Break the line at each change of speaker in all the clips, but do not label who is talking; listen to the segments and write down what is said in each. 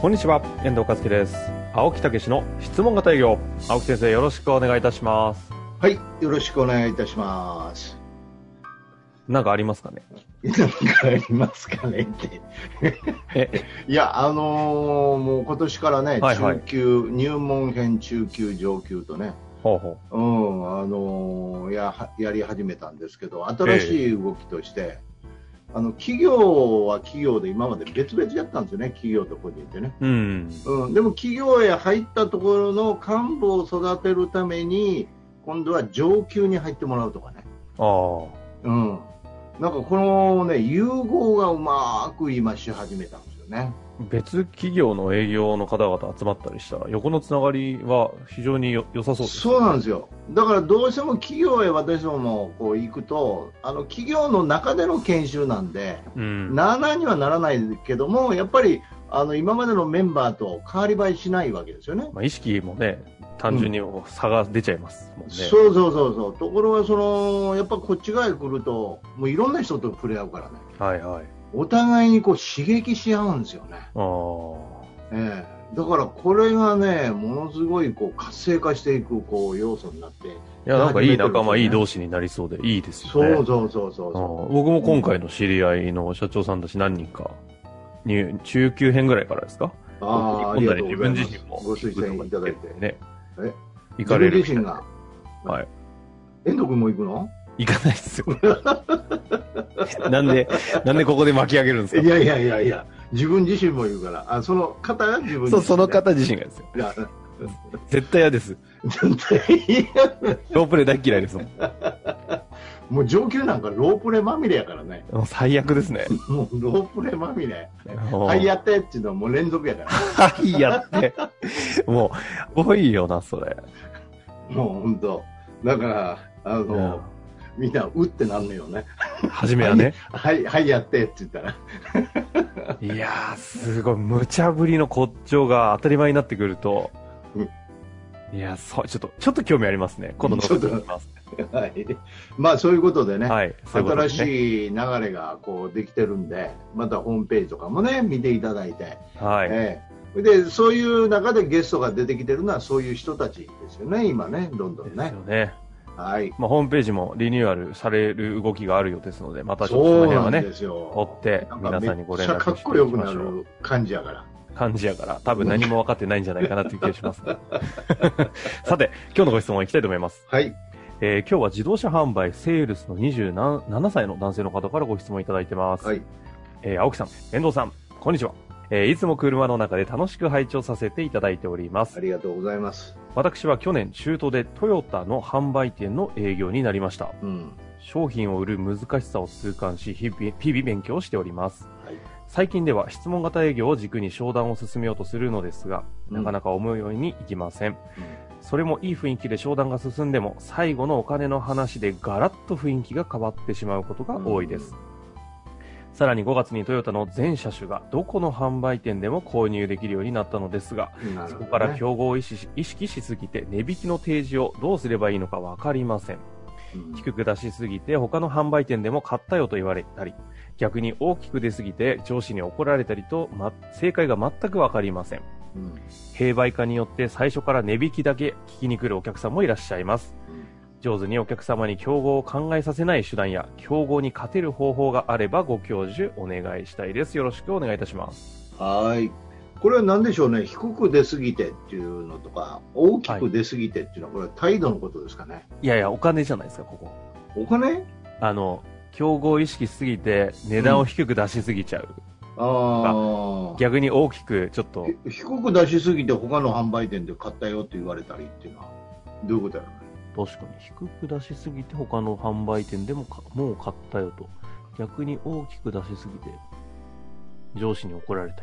こんにちは、遠藤和樹です。青木武の質問型営業。青木先生、よろしくお願いいたします。
はい、よろしくお願いいたします。
なんかありますかね
なんかありますかね って。
え、
いや、あのーもう今年からね、
はいはい
中級、入門編、中級、上級とね、
ほうほ
うん、あのーや、やり始めたんですけど、新しい動きとして、あの、企業は企業で今まで別々やったんですよね、企業と個人ってね。
う。うん。
うん、でも企業へ入ったところの幹部を育てるために、今度は上級に入ってもらうとかね。
ああ。
うん、なんかこのね融合がうまく今し始めたんですよね。
別企業の営業の方々集まったりしたら、横のつながりは非常によ良さそうです。
そうなんですよ。だからどうしても企業へ私どもこう行くとあの企業の中での研修なんで、
うん。
なあなあにはならないけどもやっぱりあの今までのメンバーと変わり映えしないわけですよね。
まあ、意識もね、単純にもう差が出ちゃいますもんね。
そうそうそうそう。ところがそのやっぱこっち側へ来るともういろんな人と触れ合うからね。
はいはい。
お互いにこう刺激し合うんですよね。
ああ。
ええ、だからこれがね、ものすごいこう活性化していくこう要素になって、
いや、なんかいい仲間、
初めてですね
いい同士になりそうで、いいですよ
そ
ね。
うそうそうそう
ああ
そ
僕も今回の知り合いの社長さんたち何人か、入中級編ぐらいからですか
う。ああ、あ
今
り
度は
が
ね
とう
自
ござい
分
ま
自身も
すご推薦いただいて。
ね
え、
行かれるみた
自
い
分自身
な
が。
はい。
遠藤君も行くの
行かないっすよ。 なんで、なんでここで巻き上げるんです
い
か
やいやいやいや、自分自身も言うから、あその方が自分自身
そう、その
ね。
方自身がですよ。
いや
絶対嫌です。
全然いや
ロープレー大嫌いですもん。
もう上級なんかロープレまみれやからね、
もう最悪です ね。
もうロープレまみれ、
は
はい、やってっていうのはもう連続やから、
はい、やって。もう、多いよな、それ。
もう本当、だから、あの、みんな、うってなんのよね。
初めはね。
はい、はい、やってって言ったら。
いやー、すごい、無茶ぶりの骨頂が当たり前になってくると
う、
いや、そう、ちょっと、ちょっと興味ありますね。今度の
ちょっと
聞きます。
はい。まあ、そういうことでね、
はい、そういうことで
新
すね。
しい流れがこうできてるんで、またホームページとかもね、見ていただいて、
はい。
ええで、そういう中でゲストが出てきてるのは、そういう人たちですよね、今ね、どんどん
です
ね。
よね。
はい。
まあ、ホームページもリニューアルされる動きがあるようですので、またちょっとその
そう
辺
な
は
ん
ね、
です
追
よ
っ。て
なん、か
皆さん
め
に
っ
ご連
ちゃか
絡
っ
して
こよ
いき
く
ま
な
しょう。
る感じやから。
感じやから、多分何も分かってないんじゃないかなという気がし ますが。さて、今日のご質問いきたいと思います。
はい。
えー今日は自動車販売セールスの27歳の男性の方からご質問いただいてます。
はい。
えー青木さん、遠藤さん、こんにちは。えーいつも車の中で楽しく拝聴させていただいておりま
あ
す。
りがとうございます。
私は去年中東でトヨタの販売店の営業になりました。
うん。
商品を売る難しさを痛感し、日々日々勉強をしております。
はい
最近では質問型営業を軸に商談を進めようとするのですが、なかなか思うようにいきません。それもいい雰囲気で商談が進んでも、最後のお金の話でガラッと雰囲気が変わってしまうことが多いです。さらに5月にトヨタの全車種がどこの販売店でも購入できるようになったのですが、
うん。なる
そ
ほどね
こから競合を意識し意識しすぎて値引きの提示をどうすればいいのかわかりません。
うん
低く出しすぎて他の販売店でも買ったよと言われたり、逆に大きく出すぎて上司に怒られたりと、ま、正解が全くわかりません。
うん
併売化によって最初から値引きだけ聞きに来るお客さんもいらっしゃいます。上手にお客様に競合を考えさせない手段や競合に勝てる方法があればご教授お願いしたいです。よろしくお願いいたします。
はい。これは何でしょうね、低く出すぎてっていうのとか、大きく出すぎてっていうのは、これは態度のことですかね。
いやいや、お金じゃないですか、ここ。
お金
あの、競合意識しすぎて値段を低く出しすぎちゃう。
ああ。
逆に大きくちょっと、
ひ低く出しすぎて、他の販売店で買ったよって言われたりっていうのは、どういうことやろ
確かに低く出しすぎて他の販売店でもかもう買ったよと。逆に大きく出しすぎて上司に怒られたり。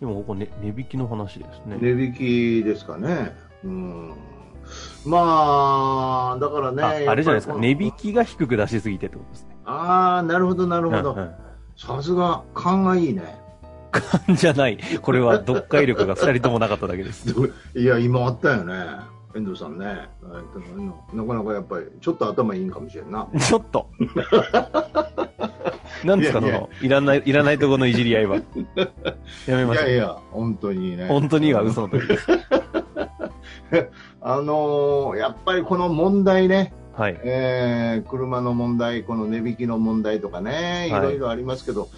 う
でもここ、ね、値引きの話ですね。
値引きですかね。うん。まあ、だからね。
ああれじゃないですか、値引
き。
きが低く出しすぎてってことですね。
ああ、なるほど、なるほ
うんう
ど。
ん
さすが、勘がいいね。
勘じゃない。これは読解力が2人ともなかっただけ です。
いや、今あったよね。遠藤さんね。えーでもなかなかやっぱり、ちょっと頭いいんかもしれんな。
ちょっと。なんですか、
い
そ
やいや
の、いらない、いらないとこのいじり合いは。やめ
い
ましょ
や
う。
いや、本当にね。
本当には嘘の時です。
あのーやっぱりこの問題ね、
はい。
えー車の問題、この値引きの問題とかね、い
はい
ろいろありますけど、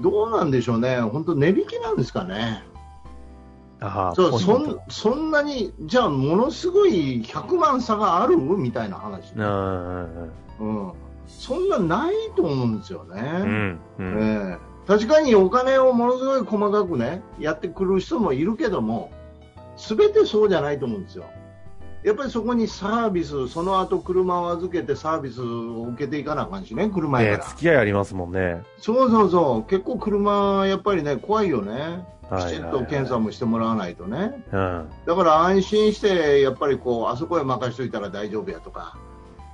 どうなんでしょうね、本当、値引きなんですかね、
ああ、
そう
ポイン
そ
ト
んそんなに、じゃあ、ものすごい100万差があるみたいな話、
うんうん
うん、そんなないと思うんですよ
う
ね、
ん。う
え
んうん。
ー確かにお金をものすごい細かくね、やってくる人もいるけども、すべてそうじゃないと思うんですよ。やっぱりそこにサービス、その後車を預けてサービスを受けていかなあかんしね、車や
ね
から。
付き合いありますもんね。
そうそうそう、結構車、やっぱりね、怖いよね、
はい
き
はい
ちん
はい
と検査もしてもらわないとね、
うん。
だから安心して、やっぱりこう、あそこへ任しといたら大丈夫やとか、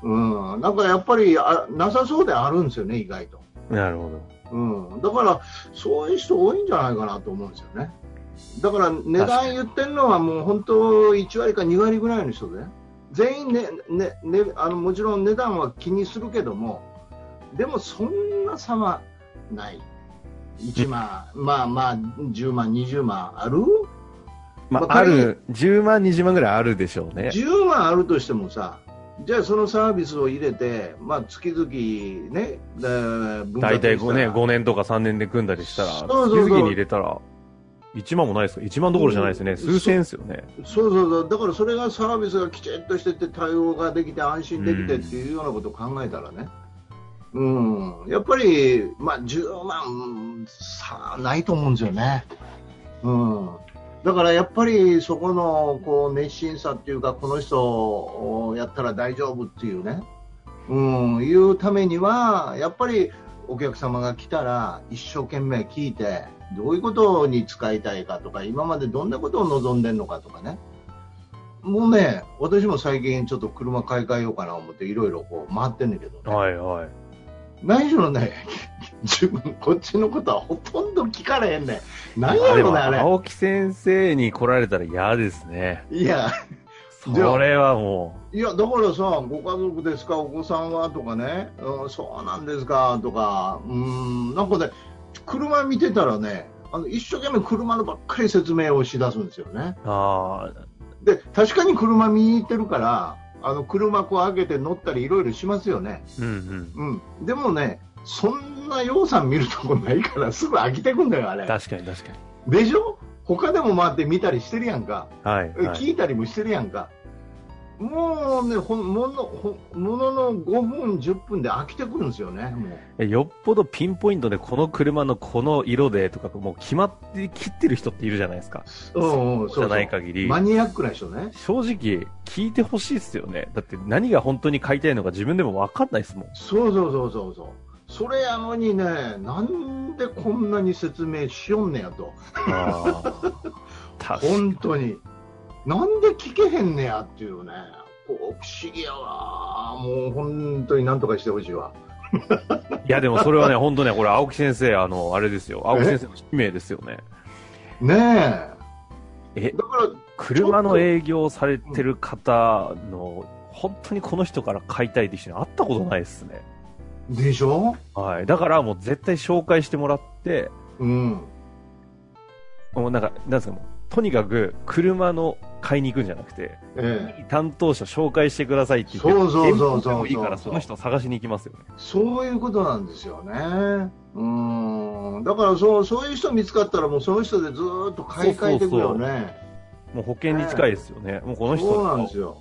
うん、なんかやっぱりあなさそうであるんですよね、意外と。
なるほど。
うん、だから、そういう人多いんじゃないかなと思うんですよね。だから値
確か
段言ってるのはもう本当1割か2割ぐらいの人で全員ね、ねねあのもちろん値段は気にするけどもでもそんな差はない1万、まあまあ10万、20万ある
ま
まあ
あ、ある、10万、20万ぐらいあるでしょうね。
10万あるとしてもさじゃあそのサービスを入れて、まあ、月々ね、えー分
大
割
体
した
5
ら
ね、5年とか3年で組んだりしたら、月
そうそうそう
々に入れたら、1万もないですか ?1 万どころじゃないですね。
うん
数千ですよね。
そうそうそう、だからそれがサービスがきちっとしてて、対応ができて、安心できてっていうようなことを考えたらね、うん、やっぱり、まあ、10万差ないと思うんですよね。うんだからやっぱりそこのこう熱心さっていうかこの人をやったら大丈夫っていうね、うん、いうためにはやっぱりお客様が来たら一生懸命聞いてどういうことに使いたいかとか今までどんなことを望んでるのかとかねもうね私も最近ちょっと車買い替えようかな思っていろいろこう回ってんだけど、ね、
はいはい。
何しろね 自分こっちのことはほとんど聞かれへんねん何やろうね
で
あ
も
れ
青木先生に来られたら嫌ですね。
いや
それはも
いやだからさ、ご家族ですか、お子さんはとかね、うん、そうなんですかとか、うん、なんかね、車見てたらね、あの一生懸命車のばっかり説明をしだすんですよね。
う、あ
で、確かに車見に行ってるから、あの車こう開けて乗ったりいろいろしますよね。
あ、うん
うん。でもね、そんな洋さん見るとこないから、すぐ飽きてくんだよ、あ
うん。
れ。
確かに確かに。
でしょ他でも回って見たりしてるやんか。
はい、はい。
聞いたりもしてるやんか、もうね、ほんものほんものの5分、10分で飽きてくるんですよね、も
えよっぽどピンポイントでこの車のこの色でとか、もう決まって切ってる人っているじゃないですか。
う、うんうん、
じゃない限り。
マニアックな人ね、
正直、聞いてほしいっすよね。だって何が本当に買いたいのか自分でも分かんないっすもん。
そうそうそうそうそう、それやのにね、なんでこんなに説明しよんねやと、
あー確かに
本当に、なんで聞けへんねやっていうね、こう不思議やわ、もう本当になんとかしてほしいわ。
いやでもそれは ね、本当ね、これ青木先生、あの、あれですよ。青木先生の使命ですよね。
ね
え
えだから
車の営業されてる方の、本当にこの人から買いたいって人に会ったことないですね。
でしょ、
はい。だからもう絶対紹介してもらって、
うん、
もうなんか、なんですかもう、とにかく車の買いに行くんじゃなくて、
ええ
いい担当者紹介してくださいって言って、
そうそうそうそう
遠方でもいいからその人を探しに行きますよね。
そういうことなんですよね。うん。だからそう、そういう人見つかったら、もうその人でずーっと買い替えていくよね。
もう保険に近いですよね。もうこの人
そうなんですよ。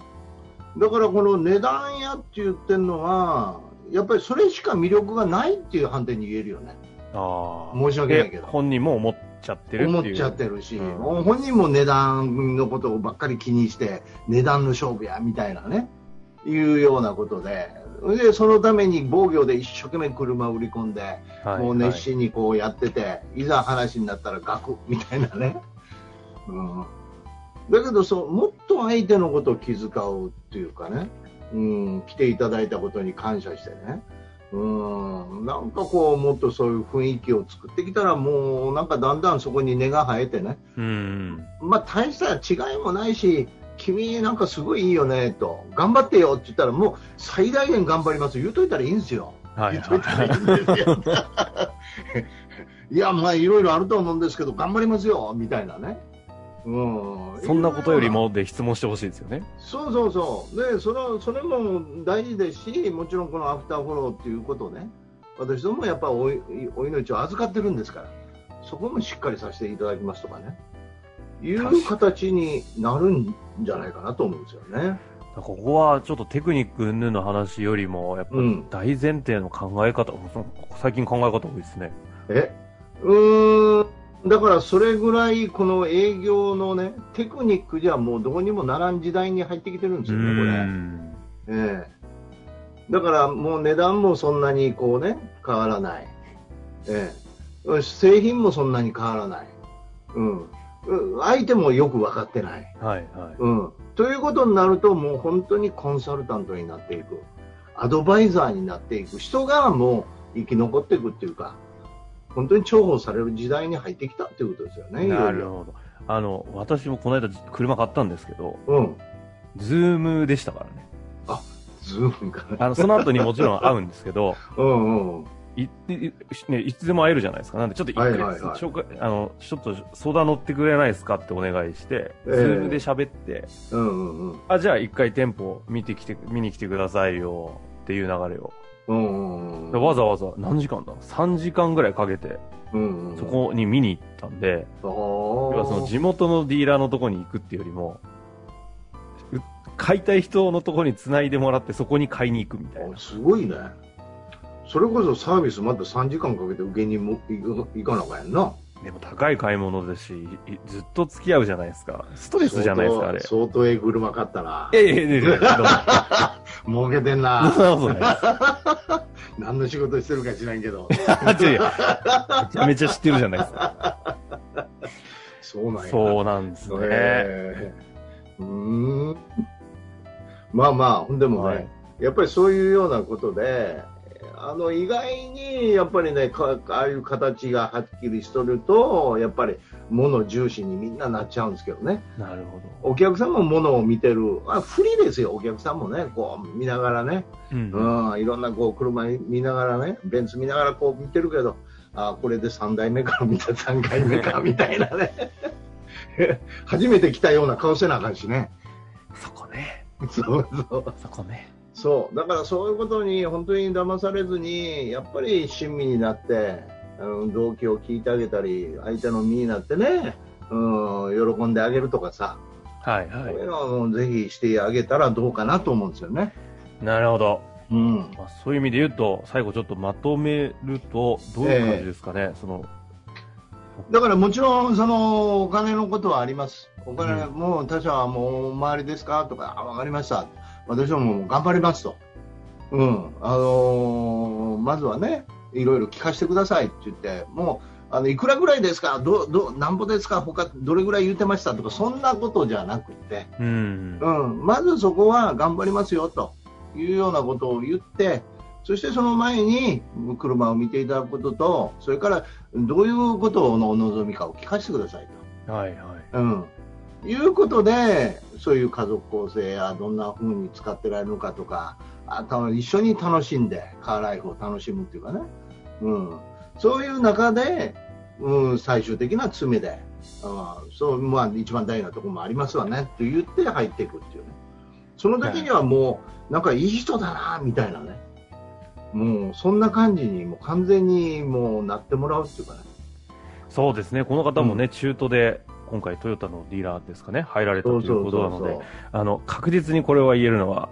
だからこの値段やって言ってるのは、やっぱりそれしか魅力がないっていう判定に言えるよね。
ああ。
申し訳ない
で
けど。
本人も思っちゃってるっていう。
思っちゃってるし、
うん
もう本人も値段のことばっかり気にして、値段の勝負やみたいなね、いうようなことで、でそのために防御で一生懸命車を売り込んで、
はい
もう
はい
熱心にこうやってて、いざ話になったらガクみたいなね。うん、だけどそう、もっと相手のことを気遣うっていうかね、うん、来ていただいたことに感謝してね、うん、なんかこう、もっとそういう雰囲気を作ってきたら、もうなんかだんだんそこに根が生えてね、
うん。
まあ、大した違いもないし、君なんかすごいいいよねと、頑張ってよって言ったら、もう最大限頑張ります、言うといたらいいんですよ。
はい
言っといたらいいんですよいや、まあ、いろいろあると思うんですけど、頑張りますよ、みたいなね。うん、
そんなことよりもで質問してほしいですよね。
そうそうそうでそのそれも大事ですしもちろんこのアフターフォローっていうことをね私どもやっぱおいお命を預かってるんですからそこもしっかりさせていただきますとかねいう形になるんじゃないかなと思うんですよね。
ここはちょっとテクニック云々の話よりも、やっぱ
うん
大前提の考え方、その最近考え方多いですね。
えうーんだからそれぐらいこの営業のねテクニックじゃもうどうにもならん時代に入ってきてるんですよね、これ。
ん。
ええ、だからもう値段もそんなにこうね変わらない、ええ、製品もそんなに変わらない、うん、うん相手もよく分かってない、
はいはい。
うん、ということになるともう本当にコンサルタントになっていくアドバイザーになっていく人がもう生き残っていくっていうか本当に重宝される時代に入ってきたっていうことですよね。いよいよ
なるほど。あの、私もこの間車買ったんですけど、
うん、
ズームでしたからね。
ズームかな。
あの、その後にもち ろん会うんですけど、
うんうん。
いいね、いつでも会えるじゃないですか。なんで、ちょっと一回、
はいはいはい
紹介、あの、ちょっと相談乗ってくれないですかってお願いして、
え
ズ
え
ームで喋って、
うんうんうん。
あ、じゃあ一回店舗見てきて、見に来てくださいよっていう流れを。
うんうん
で
うん。
わざわざ何時間だ ?3 時間ぐらいかけて、
うんうんうん
そこに見に行ったんで、要はその
あ
地元のディーラーのとこに行くっていうよりも、う買いたい人のとこに繋いでもらってそこに買いに行くみたいな
あ。すごいねそれこそサービスまた3時間かけて受けにも行く行かなあかんやんな
でも高い買い物ですし、いずっと付き合うじゃないですか。ストレスじゃないですか、あれ。い
相当相当ええ車買ったな
やいやいやいや、どうも
儲けてん
そん
な
なことない です
何の仕事してるか知らん けど
あ違う違うめちゃめちゃ知ってるじゃないですか。
そうなんや
そうなんですね。
ええうーんまあまあほんでも
は
ね、
い
やっぱりそういうようなことであの意外にやっぱりねかああいう形がはっきりしとるとやっぱり物重視にみんななっちゃうんですけどね
なるほど。
お客さんもものを見てる、あフリーですよ、お客さんもね、こう見ながらね、
うん
うん、いろんなこう車見ながらね、ベンツ見ながらこう見てるけど、あこれで3代目から見た3回目かみたいなね、 初めて来たような顔せなあかんしね、
そこね。
そうそう
そこね。
そう、だからそういうことに本当に騙されずに、やっぱり親身になって、うん、動機を聞いてあげたり、相手の身になってね、うん、喜んであげるとかさ。
はいは
こういう
い。
のはもうぜひしてあげたらどうかなと思うんですよね。
なるほど。
うん。
まあ、そういう意味で言うと、最後ちょっとまとめると、どういう感じですかね、その、
だからもちろん、その、お金のことはあります。お金、もう他社はもう、周りですかとか、あ、わかりました。私はもう頑張りますと。うん。あのーまずはね、いろいろ聞かせてくださいって言って、もう、あの、いくらぐらいですかど、ど、なんぼですか他、どれぐらい言ってましたとか、そんなことじゃなくて、
うん。
うん、まずそこは頑張りますよというようなことを言って、そしてその前にうん車を見ていただくことと、それからどういうことのお望みかを聞かせてください
はいはい。
と、うん、いうことで、そういう家族構成やどんな風に使ってられるのかとか、あた一緒に楽しんで、カーライフを楽しむっていうかね、うん、そういう中で、うん、最終的な詰めで、あそうまあ、一番大事なところもありますわねと言って入っていくっていうね、その時にはもう、なんかいい人だなみたいなね、もうそんな感じにもう完全にもうなってもらうっていうかね、
そうですね、この方もね、中途で、今回トヨタのディーラーですかね、入られたということなので、あの、確実にこれは言えるのは、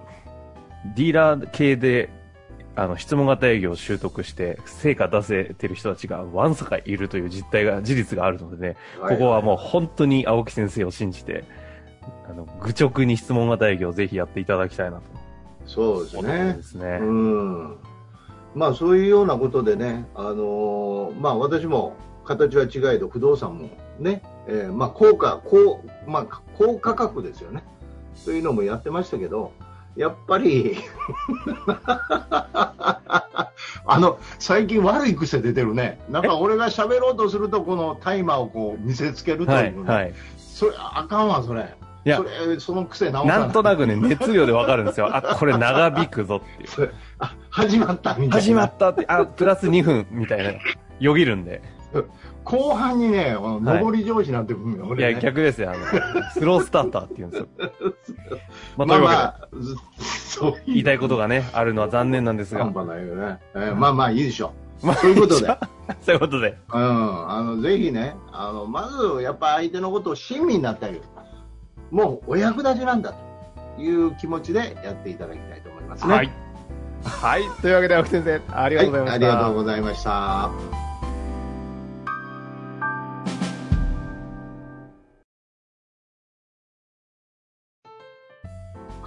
ディーラー系で、あの、質問型営業を習得して、成果出せてる人たちがわんさかいるという実態が、事実があるのでね、ここはもう本当に青木先生を信じて、あの、愚直に質問型営業をぜひやっていただきたいなと。
そうです
そう
ね
で。すね。
うんまあそういうようなことでね、あのーまあ私も形は違えど不動産もね、えーまあ高価高まあ高価格ですよね。というのもやってましたけど、やっぱり あの最近悪い癖出てるね。なんか俺が喋ろうとするとこのタイマーをこう見せつけると
は
いう
い、
ね。
はい。
それあかんわそれ。
いや
それその癖直さ
なんとなくね、熱量でわかるんですよ。あ、これ長引くぞっていう。
それあ始まったみたいな。
始まったって、あ、プラス2分みたいな。よぎるんで。
後半にね、こ
は
の
い
上り上司なんて分が、
い
俺
や、
ね、
逆ですよ。あの、スロースターターって言うんですよ。まあ、と
ま
い
あ
うわ
ま
けで、
あ、ずそう
言いたいこととがね、あるのは残念なんですが
半。端ないよね。えーまあまあ、いいでしょう。
まあ
そういうことで、うん、
そういうことで。
あの、ぜひね、あの、まず、やっぱ相手のことを親身になってあげる。もう、お役立ちなんだという気持ちでやっていただきたいと思いますね。
はい。はい。というわけで、青木先生、ありが
は
とう
い、
ございま
あ
し
り
た。
がとうございました。